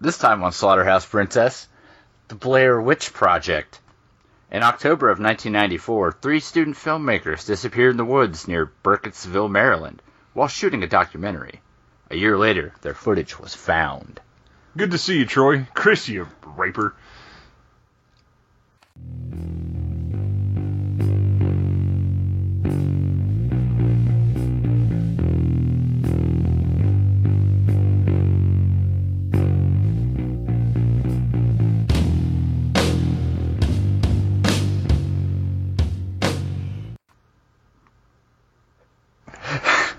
This time on Slaughterhouse Princess, The Blair Witch Project. In October of 1994, three student filmmakers disappeared in the woods near Burkittsville, Maryland, while shooting a documentary. A year later, their footage was found. Good to see you, Troy. Chris, you raper.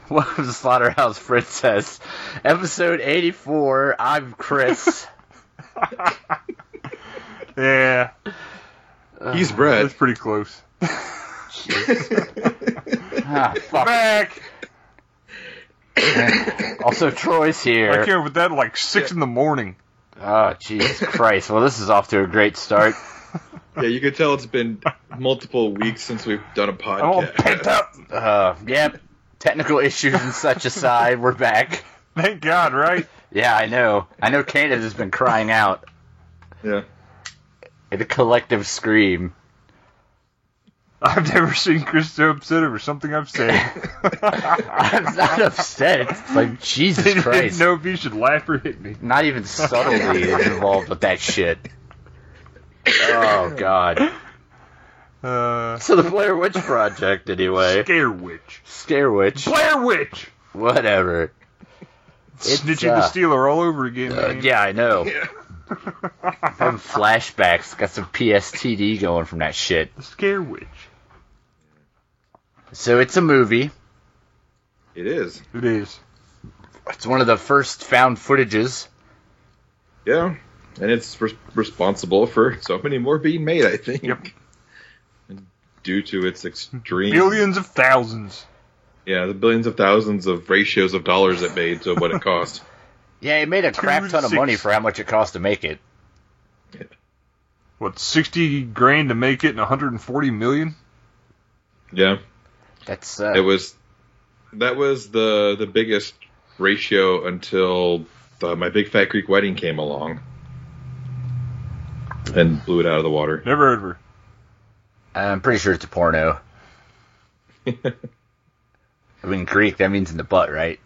Welcome to Slaughterhouse Princess, episode 84. I'm Chris. Yeah, He's Brett. that's pretty close. ah, fuck. Back! Also, Troy's I here. came up with that at like 6 in the morning. Oh, Jesus Christ. Well, this is off to a great start. yeah, you could tell it's been multiple weeks since we've done a podcast. I'm all pent up. Uh, yep. Technical issues and such aside, we're back. Thank God, right? Yeah, I know. I know Canada has been crying out Yeah. in a collective scream. I've never seen Chris so upset over something I've said. I'm not upset. It's like, He Jesus didn't Christ. know if he should laugh or hit me. Not even subtlety is involved with that shit. Oh, God. Uh, So, the Blair Witch Project, anyway. Scare Witch. Scare Witch. Blair Witch! Whatever. It's, Snitching uh, the Steeler all over again, Uh, man. yeah, I know. Yeah. Having flashbacks. Got some PSTD going from that shit. The Scare Witch. So it's a movie. It is. It is. It's one of the first found footages. Yeah. And it's res- responsible for so many more being made, I think. Yep. And due to its extreme. Billions of thousands. Yeah, the billions of thousands of ratios of dollars it made to what it cost. Yeah, it made a crap ton of six. money for how much it cost to make it. What, 60 grand to make it and 140 million? Yeah. That's uh, It was. That was the the biggest ratio until the, my Big Fat Creek Wedding came along and blew it out of the water. Never heard of her. I'm pretty sure it's a porno. I mean Greek, that means in the butt, right?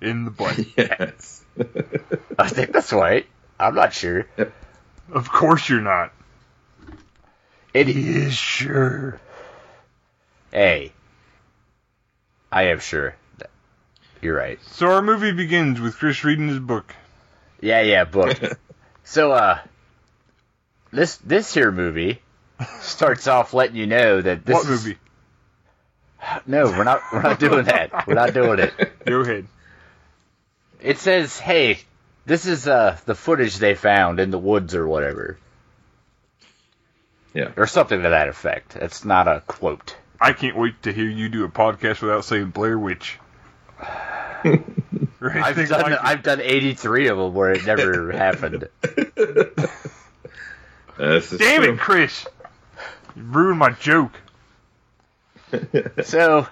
In the butt. Yes. I think that's right. I'm not sure. of course you're not. It is. Is sure. Hey, I am sure. You're right. So our movie begins with Chris reading his book. Yeah, yeah, booked. so, uh, this this here movie starts off letting you know that this what is- movie? No, we're not. We're not doing that. We're not doing it. Go ahead. It says, "Hey, this is uh the footage they found in the woods or whatever." Yeah. or something to that effect. It's not a quote. I can't wait to hear you do a podcast without saying Blair Witch. Or I've anything done. like it. I've done eighty three of them where it never happened. This is Damn true. it, Chris! You ruined my joke. So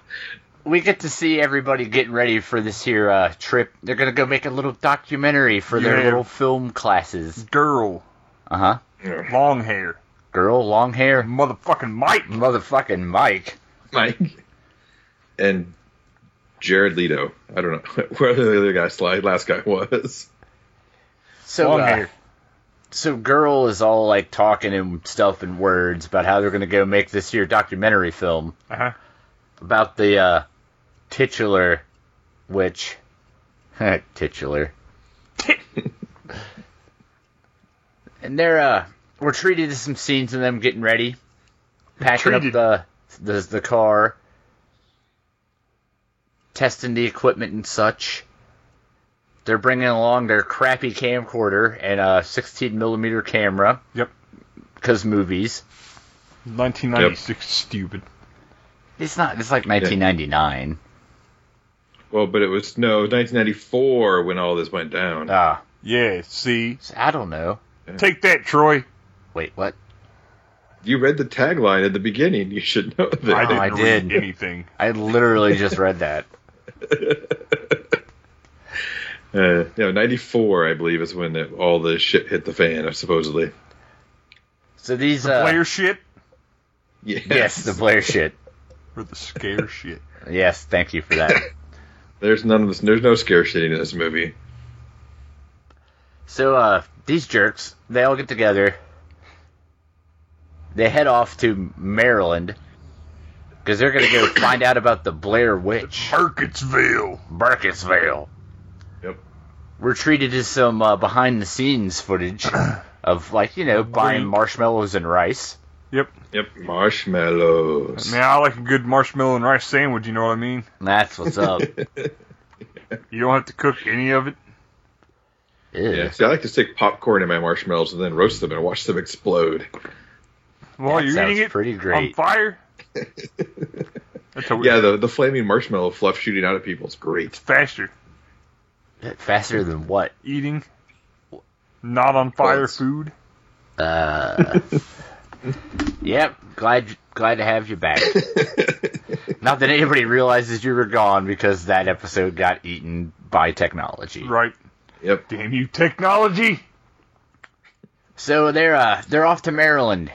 we get to see everybody getting ready for this here uh, trip. They're gonna go make a little documentary for their Yeah. little film classes. Girl, Uh huh. long hair, Girl, long hair, motherfucking Mike. motherfucking Mike. Mike and Jared Leto. I don't know where the other guy slide last guy was. So long uh, hair. so girl is all like talking and stuff in words about how they're gonna go make this here documentary film Uh-huh. about the uh, titular witch. titular. and they're uh, we're treated to some scenes of them getting ready, packing Treated. up the, the the car, testing the equipment and such. They're bringing along their crappy camcorder and a 16 millimeter camera Yep. because movies. 1996. Stupid. It's not. It's like 1999. Well, but it was no 1994 when all this went down. Ah, Yeah. See. I don't know. Take that, Troy. Wait, what? You read the tagline at the beginning. You should know that. I didn't I read did. anything. I literally just read that. Uh, yeah, ninety four, I believe, is when it, all the shit hit the fan. Supposedly, So these The uh, player shit yes, yes, the Blair shit. or the scare shit? Yes, thank you for that. there's none of this. There's no scare shit in this movie. So uh, these jerks, they all get together. They head off to Maryland because they're gonna go find out about the Blair Witch, Burkittsville. Burkittsville. Yep. We're treated to some uh, behind-the-scenes footage of like you know buying Wait. marshmallows and rice. Yep. Yep, marshmallows. Man, I like a good marshmallow and rice sandwich. You know what I mean? That's what's up. You don't have to cook any of it. Ew. yeah, see, I like to stick popcorn in my marshmallows and then roast them and watch them explode. That While Oh, you're sounds eating it, pretty on great. fire. That's how Yeah, the the flaming marshmallow fluff shooting out at people is great. It's faster Faster than what? eating, not on fire Bullets. food. Uh, yep. Glad glad to have you back. Not that anybody realizes you were gone because that episode got eaten by technology. Right? yep. Damn you, technology! So they're uh, they're off to Maryland.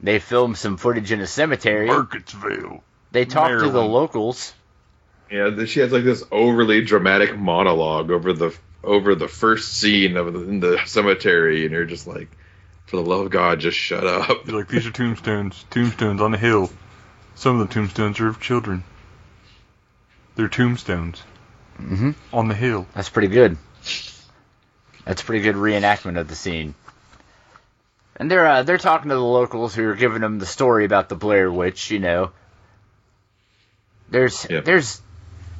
They film some footage in a cemetery. Burkittsville. they talk to the Maryland. locals. Yeah, th- she has like this overly dramatic monologue over the over the first scene of the, in the cemetery, and you're just like, for the love of God, just shut up. They're like, these are tombstones. Tombstones on a hill. Some of the tombstones are of children. They're tombstones Mhm. on the hill. That's pretty good. That's a pretty good reenactment of the scene. And they're uh, they're talking to the locals who are giving them the story about the Blair Witch. You know, there's Yep. there's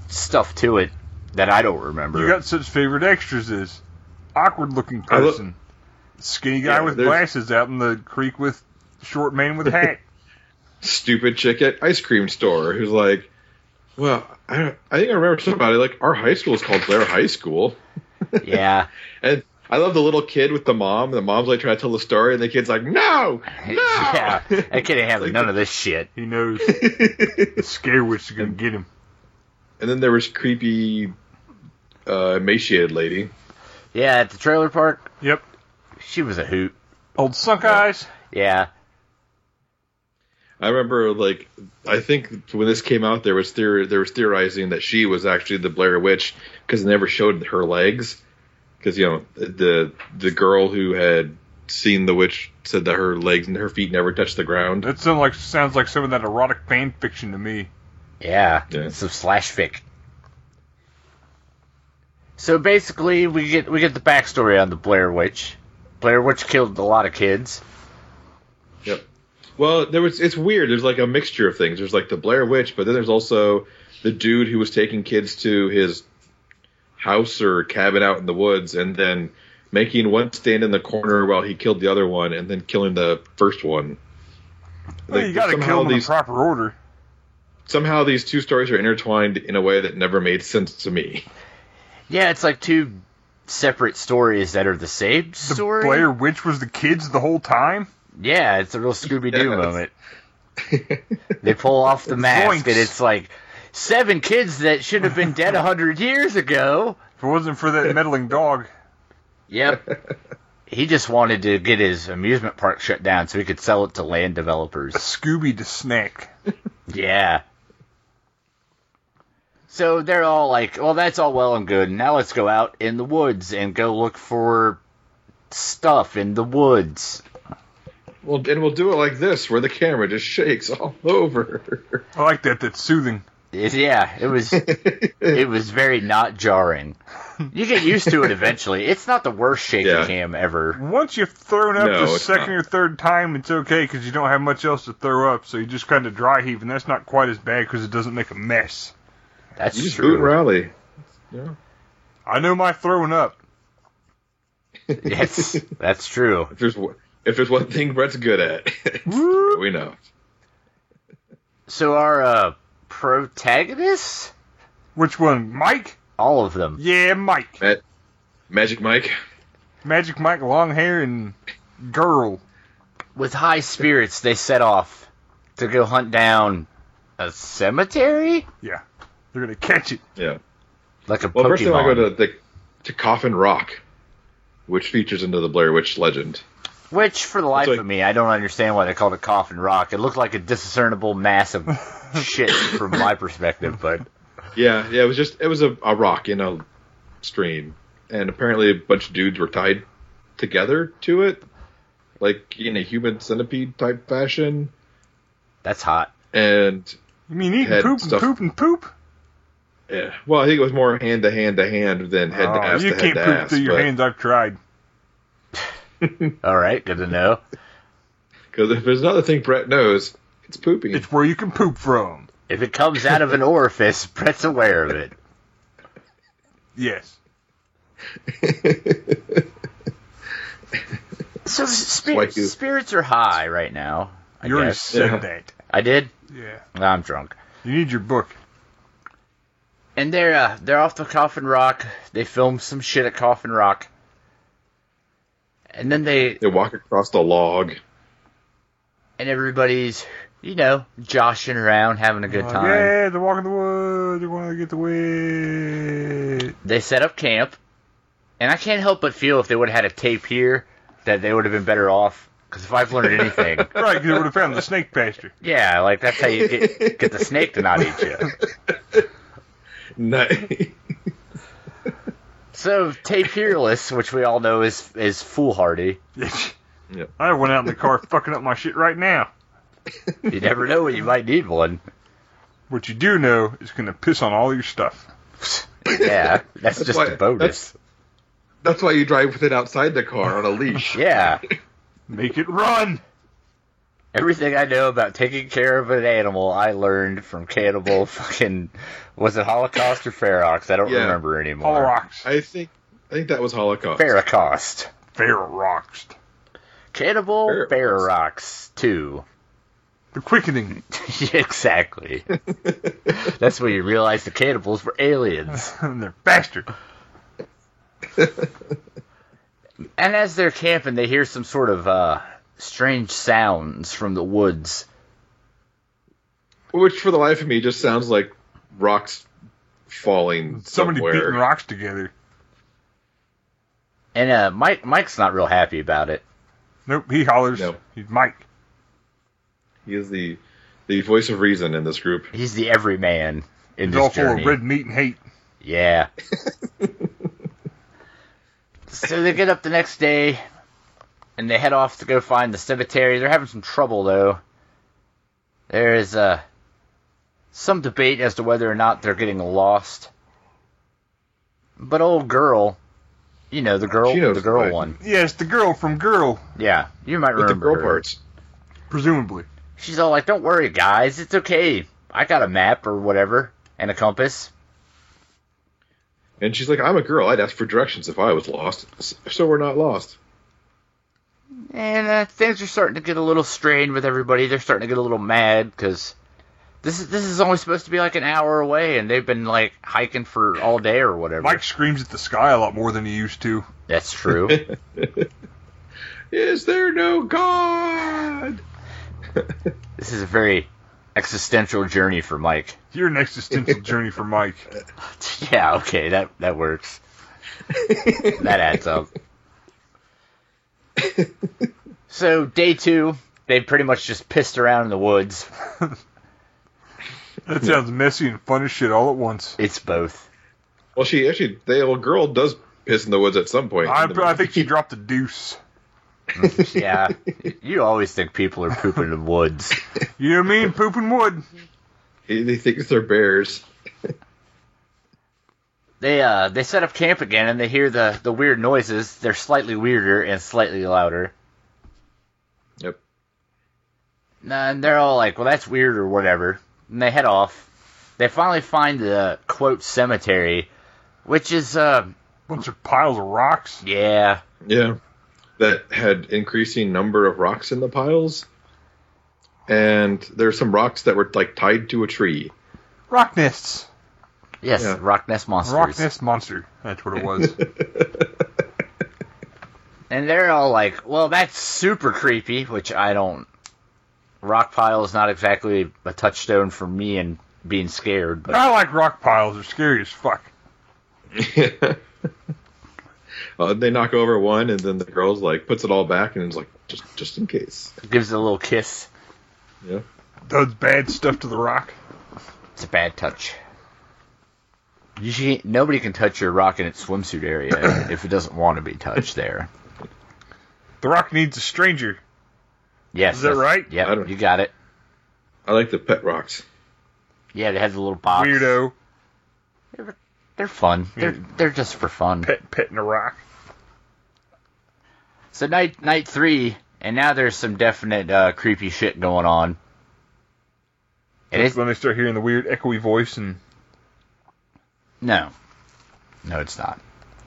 stuff to it that I don't remember. You got such favorite extras as awkward looking I look- person, skinny guy Yeah, with there's- glasses out in the creek with short man with hat. Stupid chick at ice cream store who's like, well, I I think I remember something about it. Like our high school is called Blair High School, yeah, and I love the little kid with the mom. The mom's like trying to tell the story, and the kid's like, no, no. yeah. I can't handle Like none of this shit. he knows the scare witch is gonna get him. and then there was creepy, uh, emaciated lady. Yeah, at the trailer park, Yep. she was a hoot. Old sunk eyes. Yeah, I remember, like, I think when this came out, there was theor- there was theorizing that she was actually the Blair Witch because they never showed her legs. Because you know the the girl who had seen the witch said that her legs and her feet never touched the ground. That sounds like sounds like some of that erotic fan fiction to me. yeah, Yeah. some slash fic. So basically, we get we get the backstory on the Blair Witch. Blair Witch killed a lot of kids. Yep. Well, there was it's weird. There's like a mixture of things. There's like the Blair Witch, but then there's also the dude who was taking kids to his house or cabin out in the woods and then making one stand in the corner while he killed the other one and then killing the first one. Well, Like, you gotta somehow kill them in these the proper order. somehow these two stories are intertwined in a way that never made sense to me. Yeah, it's like two separate stories that are the same The story. Blair Witch was the kids the whole time. Yeah, it's a real Scooby Doo Yes. moment. They pull off the mask, Zoinks. and it's like seven kids that should have been dead a hundred years ago. If it wasn't for that meddling dog, Yep. he just wanted to get his amusement park shut down so he could sell it to land developers. Scooby the snack. Yeah. So they're all like, well, that's all well and good. Now let's go out in the woods and go look for stuff in the woods. Well, and we'll do it like this where the camera just shakes all over. I like that. That's soothing. It- yeah, it was it was very not jarring. You get used to it eventually. It's not the worst shaky Yeah. cam ever. Once you've thrown up No, the it's second not. or third time, it's okay because you don't have much else to throw up, so you just kind of dry heave, and that's not quite as bad because it doesn't make a mess. That's you just boot and true. rally. I know my throwing up. Yes, that's true. If there's one- if there's one thing Brett's good at, Whoop. we know. So our uh, protagonists, Which one, Mike? all of them. Yeah, Mike. Magic Mike. Magic Mike, long hair and girl. with high spirits, they set off to go hunt down a cemetery, They're gonna catch it. Yeah. like a Well, Pokemon. first they want to go to the to Coffin Rock, which features into the Blair Witch legend. Which, for the life like- of me, I don't understand why they called it Coffin Rock. It looked like a discernible mass of shit from my perspective, but Yeah, yeah, it was just it was a, a rock in a stream, and apparently a bunch of dudes were tied together to it, like in a human centipede type fashion, that's hot. and You mean eating Head poop and stuff. poop and poop? yeah, well, I think it was more hand to hand to hand than head Oh, to ass you to head can't to poop ass, through your but- hands. I've tried. All right, good to know. Because if there's another thing Brett knows, it's pooping. It's where you can poop from. If it comes out of an orifice, Brett's aware of it. Yes. So the like spirits, you- spirits are high right now. I you already guess. said Yeah. that. I did. Yeah. I'm drunk. You need your book. And they're uh, they're off the Coffin Rock. They filmed some shit at Coffin Rock. And then they they walk across the log. and everybody's you know joshing around, having a good Oh, Like, time. Uh, yeah, they're walking the woods. They're going to get the wet. They set up camp, and I can't help but feel if they would have had a tape here, that they would have been better off. Because if I've learned anything, Right, because they would have found the snake pasture. yeah, like that's how you get get the snake to not eat you. Ni- So tapirless, which we all know is is foolhardy. I went out in the car fucking up my shit right now. You never know when you might need one. What you do know is going to piss on all your stuff. Yeah, that's, That's just why- a bonus. That's why you drive with it outside the car on a leash. Yeah, Make it run. everything I know about taking care of an animal, I learned from cannibal fucking was it Holocaust or Ferox? I don't Yeah. remember anymore. All rocks. I think I think that was Holocaust. Ferocost. Fair rocks. Cannibal Ferox. Ferox two. The quickening. exactly. That's when you realize the cannibals were aliens. They're faster. And as they're camping, they hear some sort of uh, strange sounds from the woods. Which, for the life of me, just sounds like rocks falling Somebody somewhere. beating rocks together. And uh, Mike Mike's not real happy about it. Nope, he hollers. No. He's Mike. He is the the voice of reason in this group. He's the everyman in He's this all full journey. of red meat and hate. Yeah. so they get up the next day, and they head off to go find the cemetery. They're having some trouble though. There is uh, some debate as to whether or not they're getting lost. But old girl, you know the girl, She knows the girl the way. one. Yes, the girl from Girl, Yeah, you might With remember the girl her. parts. presumably. She's all like, "Don't worry, guys, it's okay. I got a map or whatever and a compass." And she's like, I'm a girl. I'd ask for directions if I was lost. S- So we're not lost. And uh, things are starting to get a little strained with everybody. They're starting to get a little mad because this is this is only supposed to be like an hour away, and they've been like hiking for all day or whatever. Mike screams at the sky a lot more than he used to. That's true. Is there no God? this is a very existential journey for Mike. You're an existential journey for Mike. Yeah, okay, that that works. that adds up. so day two, they pretty much just pissed around in the woods. That sounds messy and fun as shit all at once. It's both. Well, she actually, the little girl does piss in the woods at some point. I, In the- I think she dropped a deuce. Yeah, you always think people are pooping in the woods. You know what I mean? Pooping wood. he, he thinks they're bears. They uh they set up camp again and they hear the the weird noises. They're slightly weirder and slightly louder. Yep. And they're all like, "Well, that's weird or whatever." And they head off. They finally find the quote cemetery, which is uh Bunch of piles of rocks. yeah Yeah. That had increasing number of rocks in the piles. And there's some rocks that were like tied to a tree. Rock nests. yes Yeah. rock nest monsters. Rock nest monster. That's what it was. And they're all like, "Well, that's super creepy," which I don't. Rock pile is not exactly a touchstone for me and being scared, but I like rock piles. They're scary as fuck. Uh, they knock over one, and then the girl's like puts it all back, and is like, just just in case. Gives it a little kiss. Yeah. Does bad stuff to the rock. It's a bad touch. You should, nobody can touch your rock in its swimsuit area if it doesn't want to be touched there. The rock needs a stranger. Yes. Is that that's- right? I Yep. don't- You got it. I like the pet rocks. Yeah, they have the little box. Weirdo They're fun. They're Yeah. they're just for fun. pet petting a rock. So night night three, and now there's some definite uh, creepy shit going on. And That's it's when they start hearing the weird echoey voice and no, no, it's not.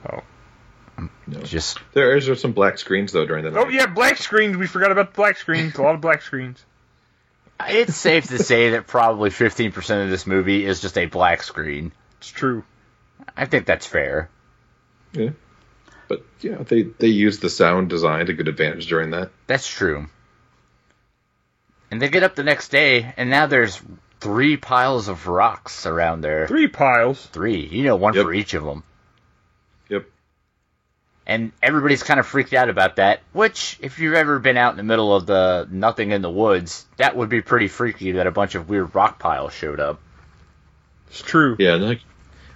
Oh. No. Just There is there's some black screens though during the night. oh yeah, black screens. We forgot about the black screens. A lot of black screens. it's safe to say that probably 15% of this movie is just a black screen. It's true. I think that's fair. But yeah, they they use the sound design to good advantage during that. That's true. And they get up the next day, and now there's three piles of rocks around there. Three piles. Three, you know, one Yep. for each of them. Yep. and everybody's kind of freaked out about that. Which, if you've ever been out in the middle of the nothing in the woods, that would be pretty freaky that a bunch of weird rock piles showed up. It's true. Yeah. And like,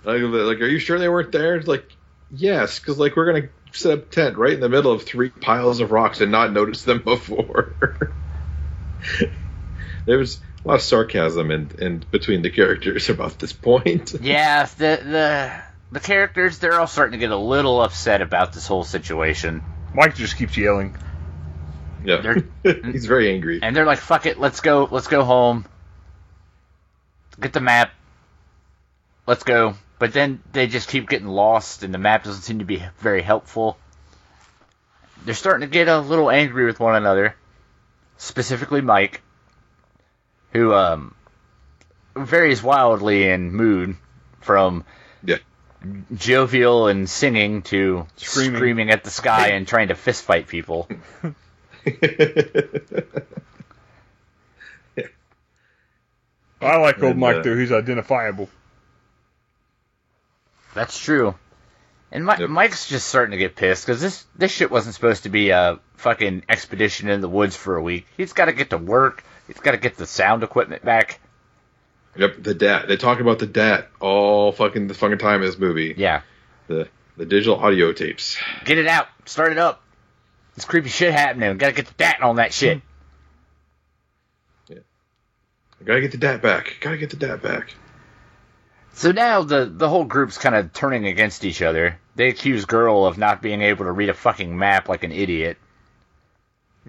like, like, are you sure they weren't there? It's like, yes, because like we're gonna set up tent right in the middle of three piles of rocks and not notice them before. there was a lot of sarcasm and and between the characters about this point. Yeah, the the the characters they're all starting to get a little upset about this whole situation, Mike just keeps yelling. Yeah. He's very angry. and they're like, "Fuck it, let's go, let's go home, get the map, let's go." But then they just keep getting lost, and the map doesn't seem to be very helpful. They're starting to get a little angry with one another, specifically Mike, who um, varies wildly in mood from Yeah. jovial and singing to Screaming. screaming, at the sky and trying to fist fight people. I like old And, Mike uh, though. He's identifiable. That's true. And Mi- Yep. Mike's just starting to get pissed because this this shit wasn't supposed to be a fucking expedition in the woods for a week. He's got to get to work. He's got to get the sound equipment back. yep, the DAT. They talk about the DAT all fucking the fucking time in this movie. Yeah, The the digital audio tapes. get it out. Start it up. This creepy shit happening. Got to get the dat on that shit. I gotta get the DAT back. Gotta get the DAT back. So now the the whole group's kind of turning against each other. They accuse girl of not being able to read a fucking map like an idiot.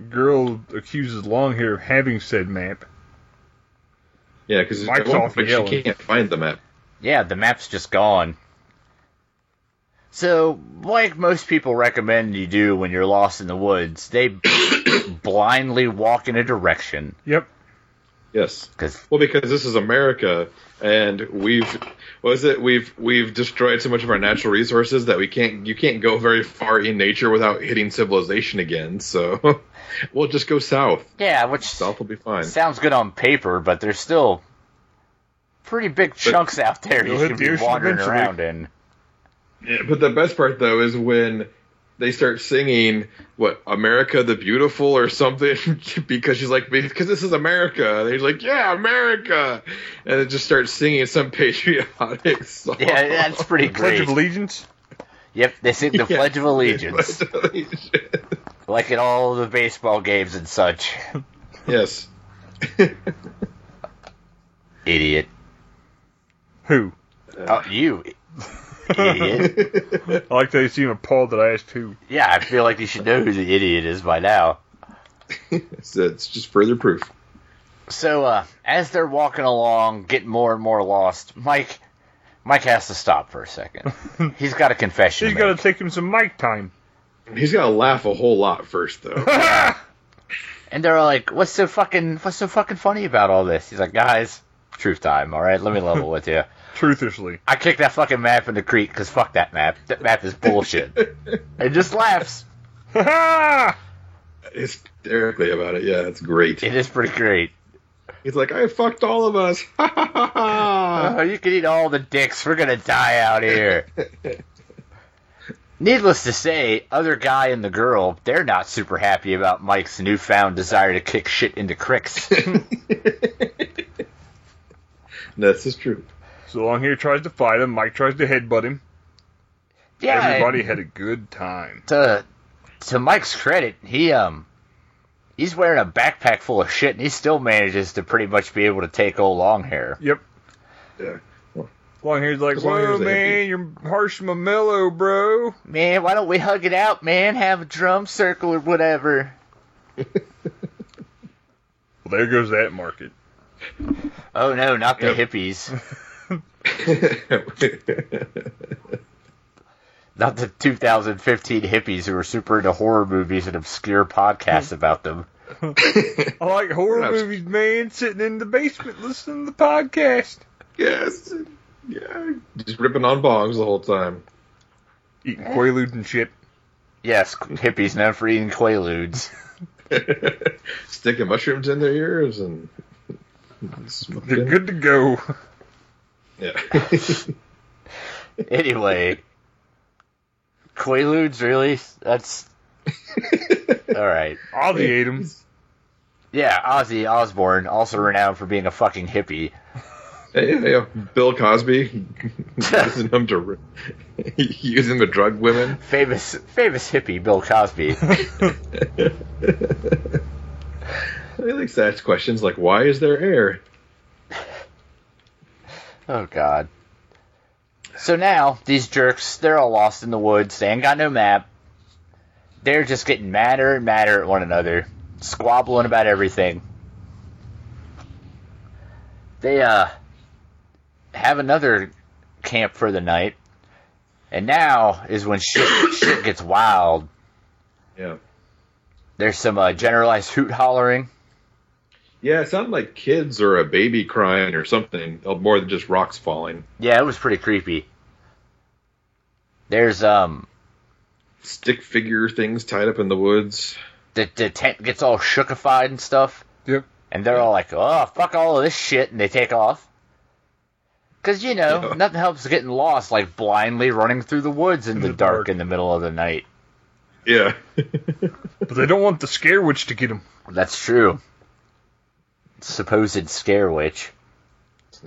Girl accuses Longhair of having said map. Yeah, because Mike's off she yelling. can't find the map. Yeah, the map's just gone. So, like most people recommend you do when you're lost in the woods, they blindly walk in a direction. Yep. Yes. Because, Well, because this is America, and we've what is it? We've we've destroyed so much of our natural resources that we can't you can't go very far in nature without hitting civilization again. So we'll just go south. yeah, which South will be fine. sounds good on paper, but there's still pretty big chunks out there You'll you hit should the be ocean wandering eventually. around in. Yeah, but the best part though is when they start singing what America the Beautiful or something because she's like because this is America. They're like yeah America, and it just starts singing some patriotic song. Yeah, that's pretty Pledge great. of Allegiance. Yep, they sing the Yeah, Pledge of Allegiance, Pledge of Allegiance. like at all the baseball games and such. yes. Idiot. Who? Uh, Oh, you. Idiot. I like that it's even Paul that I asked who. Yeah, I feel like you should know who the idiot is by now. so it's just further proof. So uh, as they're walking along, getting more and more lost, Mike Mike has to stop for a second. He's got a confession. She's to got make. to take him some mic time. He's gotta laugh a whole lot first though. and they're like, "What's so fucking What's so fucking funny about all this?" He's like, "Guys, truth time. All right, let me level with you. Truthishly. I kicked that fucking map in the creek because fuck that map. That map is bullshit." and just laughs. Hysterically about it. Yeah, it's great. It is pretty great. He's like I fucked all of us. Ha ha ha ha. Uh-huh, Oh, you can eat all the dicks. We're gonna die out here. Needless to say, other guy and the girl, they're not super happy about Mike's newfound desire to kick shit into cricks. This is true. So long here tries to fight him. Mike tries to headbutt him. yeah, Everybody had a good time. to to Mike's credit, he um he's wearing a backpack full of shit and he still manages to pretty much be able to take old Longhair. Yep. Yeah. Longhair's like, Because Longhair's whoa, a hippie." man, you're harsh Mamelo, bro. Man, why don't we hug it out, man? Have a drum circle or whatever. Well, there goes that market. Oh no, not the Yep. hippies. Not the 2015 hippies who are super into horror movies and obscure podcasts about them. I like horror That was- movies, man, sitting in the basement listening to the podcast. yes. Yeah. Just ripping on bongs the whole time. Eating Quaalude and shit. Yes, hippies known for eating quaaludes. Sticking mushrooms in their ears and smoking. They're good to go. Yeah. Anyway, quaaludes really? That's all right. I'll eat them. Yeah, Ozzy Osbourne, also renowned for being a fucking hippie. Hey, hey, uh, Bill Cosby using them to ri- using the drug women. Famous famous hippie Bill Cosby. I like to ask questions like, "Why is there air?" oh god. So now these jerks, they're all lost in the woods, they ain't got no map. They're just getting madder and madder at one another, squabbling about everything. They uh have another camp for the night. And now is when shit shit gets wild. Yeah, There's some uh, generalized hoot hollering. yeah. It sounded like kids or a baby crying or something, uh, more than just rocks falling. Yeah, it was pretty creepy. There's um Stick figure things tied up in the woods. the the tent gets all shookified and stuff. Yep. And they're all like, "Oh, fuck all of this shit," and they take off. Cause you know Yeah. nothing helps getting lost like blindly running through the woods in, the, the dark, dark. in the middle of the night. Yeah, But they don't want the scare witch to get them. That's true. Supposed scare witch.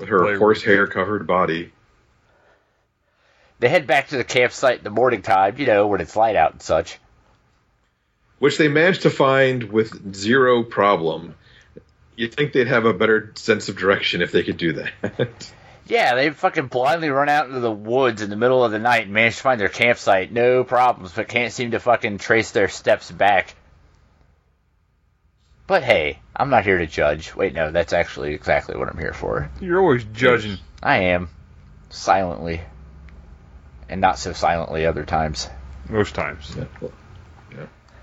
her horsehair covered body. They head back to the campsite in the morning time, you know, when it's light out and such. which they managed to find with zero problem. You'd think they'd have a better sense of direction if they could do that. Yeah, they fucking blindly run out into the woods in the middle of the night and manage to find their campsite, no problems, but can't seem to fucking trace their steps back. But hey, I'm not here to judge. Wait, no, that's actually exactly what I'm here for. You're always judging. I am. Silently. And not so silently other times. Most times.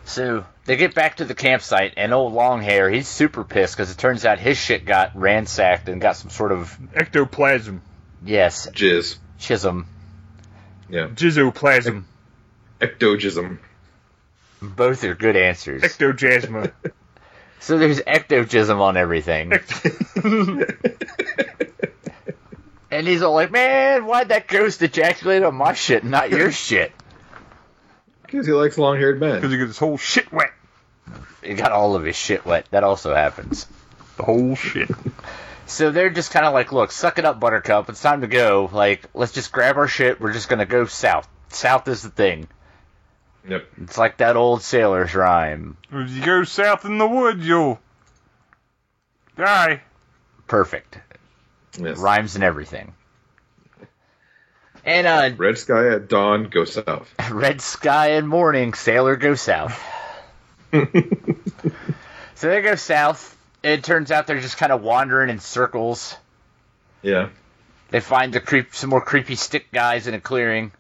So, they get back to the campsite, and old Longhair, he's super pissed because it turns out his shit got ransacked and got some sort of, Ectoplasm. yes, Jizz, chism. Jizzoplasm. ectogism. Both are good answers. Ectojasma. So there's ectogism on everything. And he's all like, man, why'd that ghost ejaculate on my shit and not your shit? Because he likes long-haired Because men. he gets his whole shit wet. He got all of his shit wet. That also happens. The whole shit. So they're just kind of like, look, suck it up, Buttercup. It's time to go. Like, let's just grab our shit. We're just going to go south. South is the thing. Yep. It's like that old sailor's rhyme. If you go south in the woods, you'll die. Perfect. Yes. Rhymes and everything. And uh, Red sky at dawn, go south. red sky and morning, sailor go south. So they go south. It turns out they're just kind of wandering in circles. yeah. They find the creep, some more creepy stick guys in a clearing,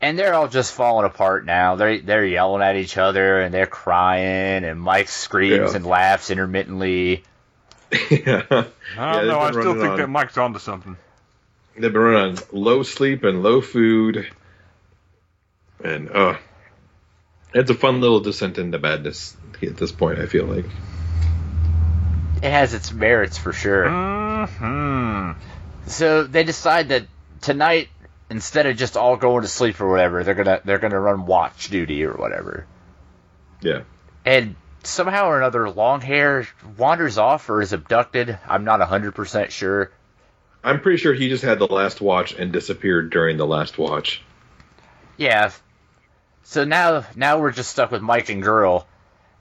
and they're all just falling apart now. They they're yelling at each other and they're crying, and Mike screams Yeah. and laughs intermittently. yeah. I don't they've know. I been still running think on- that Mike's onto something. They've been running on low sleep and low food. And, uh, it's a fun little descent into madness at this point, I feel like. It has its merits for sure. hmm So they decide that tonight, instead of just all going to sleep or whatever, they're gonna they're gonna run watch duty or whatever. Yeah. And somehow or another, Longhair wanders off or is abducted. I'm not hundred percent sure. I'm pretty sure he just had the last watch and disappeared during the last watch. Yeah. So now now we're just stuck with Mike and Girl,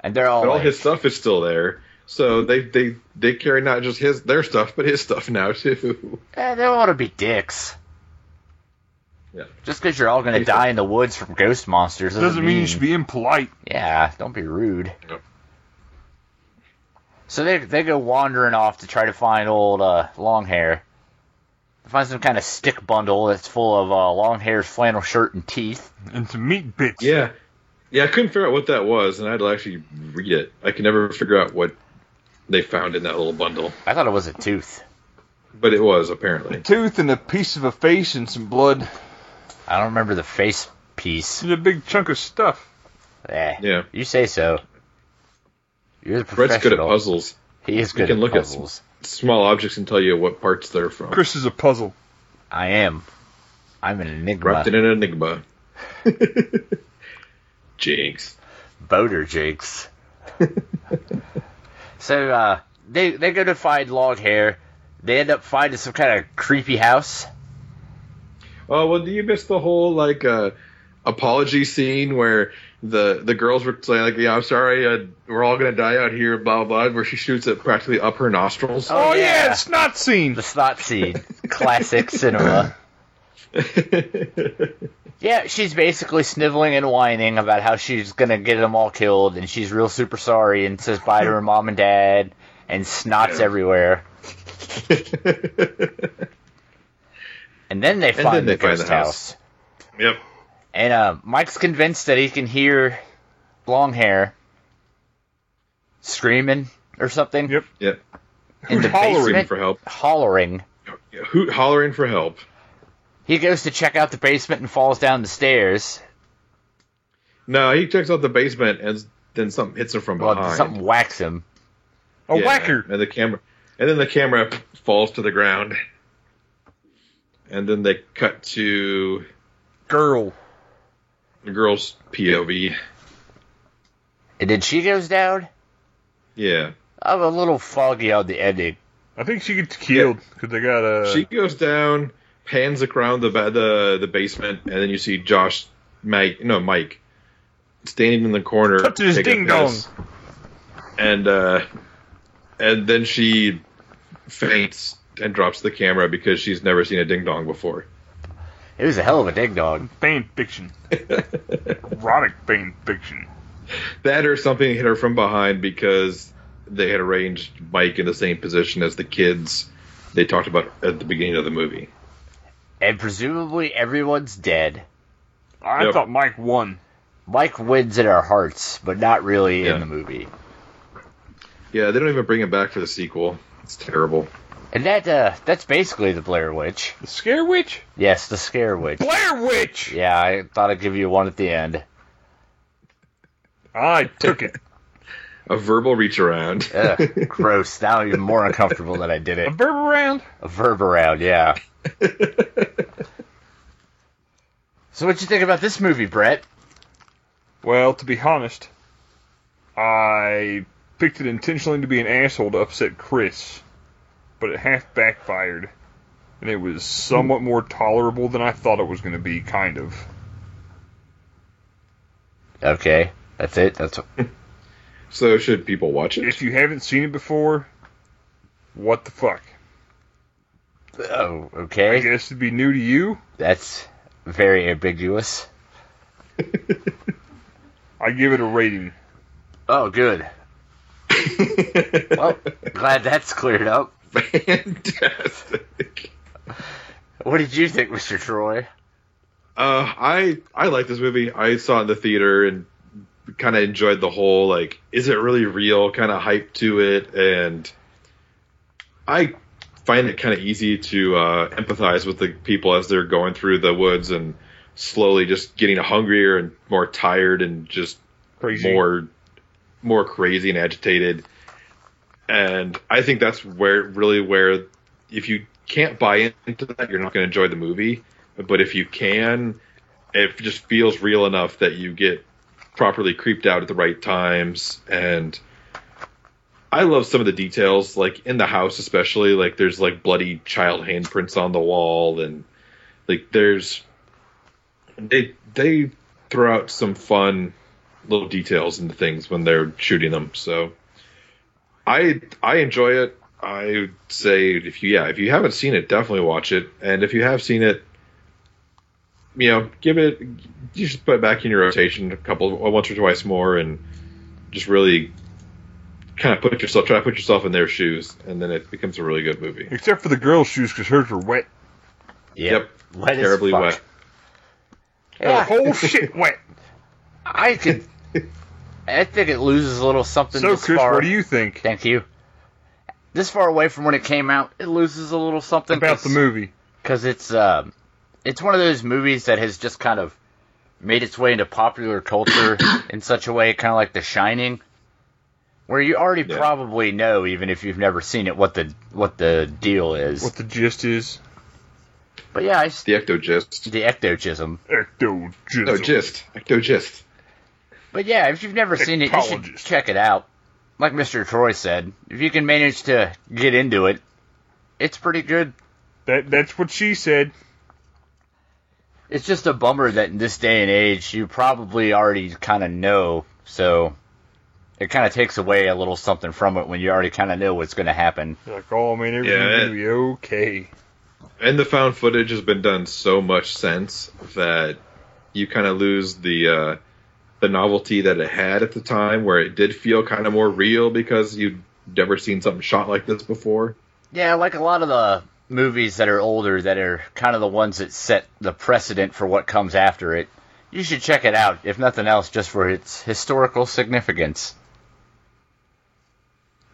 and they're all, But all like- his stuff is still there. So they they they carry not just his their stuff, but his stuff now too. eh, they want to be dicks. Yeah. Just because you're all gonna die in the woods from ghost monsters doesn't, Doesn't mean you should be impolite. Yeah, don't be rude. Yep. So they they go wandering off to try to find old uh, long hair. They find some kind of stick bundle that's full of uh, long hair's flannel shirt and teeth. And some meat bits. Yeah. Yeah, I couldn't figure out what that was, and I had to actually read it. I could never figure out what they found in that little bundle, I thought it was a tooth. but it was apparently. Tooth and a piece of a face and some blood. I don't remember the face piece. And a big chunk of stuff. Eh, Yeah. You say so. You're the professional. Brett's good at puzzles, He is He good can at look at some- puzzles. small objects, and tell you what parts they're from. Chris is a puzzle. I am. I'm an enigma. Wrapped in an enigma. Jinx. boater jigs. so uh, they they go to find Log Hair. They end up finding some kind of creepy house. Oh well, do you miss the whole like uh, apology scene where the the girls were saying like, "Yeah, I'm sorry, uh, we're all gonna die out here," blah blah, blah, where she shoots it practically up her nostrils. Oh, Oh, yeah. yeah, it's not seen. The snot scene, classic cinema. Yeah, she's basically sniveling and whining about how she's gonna get them all killed, and she's real super sorry and says bye to her mom and dad, and snots Yeah. everywhere. And then they find then the they find ghost the house. house. yep. And uh, Mike's convinced that he can hear long hair screaming or something. Yep. Yep. In the Hollering basement, for help. hollering. Hoot hollering for help. He goes to check out the basement and falls down the stairs. No, he checks out the basement and then something hits him from Well, behind. something whacks him. Oh, A Yeah, whacker. And the camera, and then the camera falls to the ground. And then they cut to Girl. the girl's POV. And then she goes down. Yeah, I'm a little foggy on the ending. I think she gets killed because they got a. she goes down, pans around the ba- the the basement, and then you see Josh, Mike, no Mike, standing in the corner, Touching his taking a ding-dong. piss. and uh, and then she faints and drops the camera because she's never seen a ding dong before. It was a hell of a dig dog. fan fiction. Erotic fan fiction. that or something hit her from behind because they had arranged Mike in the same position as the kids they talked about at the beginning of the movie. And presumably everyone's dead. I Yep. thought Mike won. Mike wins in our hearts, but not really Yeah. in the movie. Yeah, they don't even bring him back for the sequel. It's terrible. And that uh, that's basically the Blair Witch. The Scare Witch? Yes, the Scare Witch. Blair Witch! Yeah, I thought I'd give you one at the end. I took it. A verbal reach around. Ugh, gross. Now I'm even more uncomfortable that I did A it. verb round? A verb around, yeah. So what you think about this movie, Brett? Well, to be honest, I picked it intentionally to be an asshole to upset Chris, but it half backfired, and it was somewhat more tolerable than I thought it was going to be, kind of. Okay, that's it. That's so should people watch it? If you haven't seen it before, what the fuck? oh, I okay. guess it'd be new to you. That's very ambiguous. I give it a rating. Oh, good. Well, glad that's cleared up. Fantastic. What did you think, Mr. Troy? Uh, I I like this movie. I saw it in the theater and kind of enjoyed the whole like, is it really real? Kind of hype to it, and I find it kind of easy to uh, empathize with the people as they're going through the woods and slowly just getting hungrier and more tired and just Crazy. more more crazy and agitated. And I think that's where really where if you can't buy into that, you're not going to enjoy the movie. But if you can, it just feels real enough that you get properly creeped out at the right times. And I love some of the details, like in the house, especially. Like there's like bloody child handprints on the wall, and like there's they they throw out some fun little details into things when they're shooting them. So I I enjoy it. I say if you yeah if you haven't seen it, definitely watch it. And if you have seen it, you know, give it you should put it back in your rotation a couple once or twice more, and just really kind of put yourself try to put yourself in their shoes, and then it becomes a really good movie. Except for the girl's shoes because hers were wet. Yep, Wet as terribly fuck. wet. The Yeah, whole shit wet. Oh, I could. I think it loses a little something. So this Chris, far. what do you think Thank you. This far away from when it came out, it loses a little something about the movie? because it's um, it's one of those movies that has just kind of made its way into popular culture in such a way, kind of like The Shining, where you already Yeah. probably know, even if you've never seen it, what the what the deal is. What the gist is? But yeah, I s- The ectogist. the ectochism. Ecto No, gist. Ectogist. But yeah, if you've never seen it, you should Ectologist. check it out. Like Mr. Troy said, if you can manage to get into it, it's pretty good. That that's what she said. It's just a bummer that in this day and age, you probably already kind of know, so it kind of takes away a little something from it when you already kind of know what's going to happen. You're like, oh man, everything's Yeah, gonna be okay. And the found footage has been done so much since that you kind of lose the uh, the novelty that it had at the time, where it did feel kind of more real because you'd never seen something shot like this before. Yeah, like a lot of the movies that are older that are kind of the ones that set the precedent for what comes after it. You should check it out, if nothing else, just for its historical significance.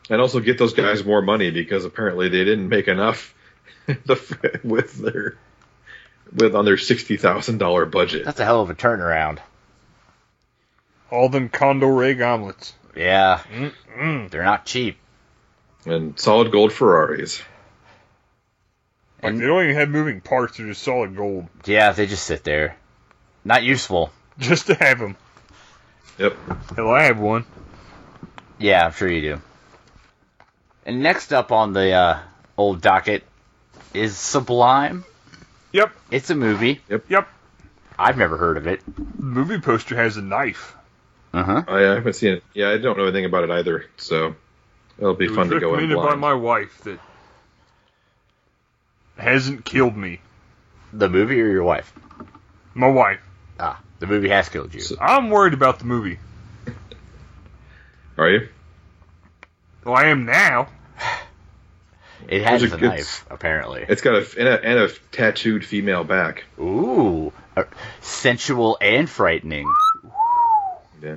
And also get those guys more money because apparently they didn't make enough the, f- with their with on their sixty thousand dollar budget. That's a hell of a turnaround. All them condor egg omelets. Yeah, Mm-mm. they're not cheap. And solid gold Ferraris. Like, And- they don't even have moving parts; they're just solid gold, Yeah, they just sit there. Not useful. just to have them. Yep. Hell, I have one. Yeah, I'm sure you do. And next up on the uh, old docket is Sublime. Yep, It's a movie. yep. I've never heard of it. The movie poster has a knife. Uh huh. I haven't seen it. Yeah, I don't know anything about it either, so it'll be It fun was to go in recommended by blind. my wife that hasn't killed me. The movie or your wife? My wife. Ah, the movie has killed you. So- I'm worried about the movie. Are you? Well, I am now. It has There's a a- knife, apparently. It's got a and a, and a tattooed female back. Ooh, uh, sensual and frightening. Yeah.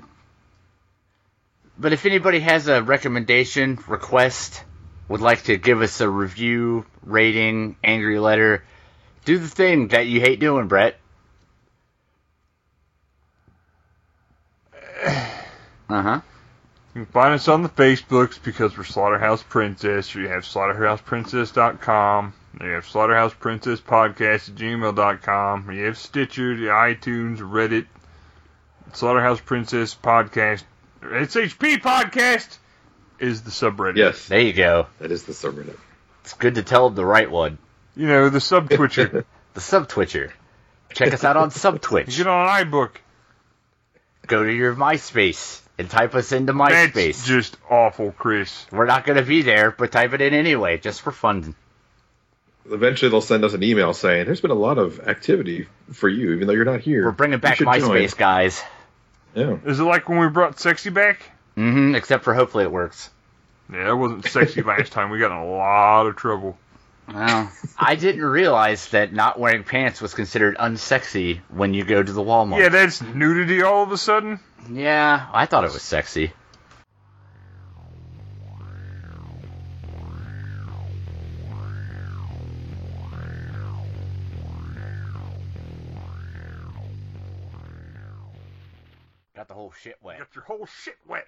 But if anybody has a recommendation, request, would like to give us a review, rating, angry letter, do the thing that you hate doing, Brett. Uh huh. You can find us on the Facebooks because we're Slaughterhouse Princess, or you have slaughterhouseprincess.com, or you have slaughterhouseprincesspodcast at gmail.com, or you have Stitcher, the iTunes, Reddit, Slaughterhouse Princess Podcast, or SHP Podcast is the subreddit. Yes, There you go. that is the subreddit. It's good to tell them the right one. You know, the subtwitcher. The subtwitcher. Check us out on subtwitch. Get on iBook. Go to your MySpace and type us into That's MySpace. just awful, Chris. We're not going to be there, but type it in anyway, just for fun. Eventually, they'll send us an email saying there's been a lot of activity for you, even though you're not here. We're bringing back You should MySpace, guys. join." Is it like when we brought Sexy back? hmm except for hopefully it works. Yeah, that wasn't sexy last time. We got in a lot of trouble. Well, I didn't realize that not wearing pants was considered unsexy when you go to the Walmart. Yeah, that's nudity all of a sudden. Yeah, I thought it was sexy. Got the whole shit wet. Got your whole shit wet.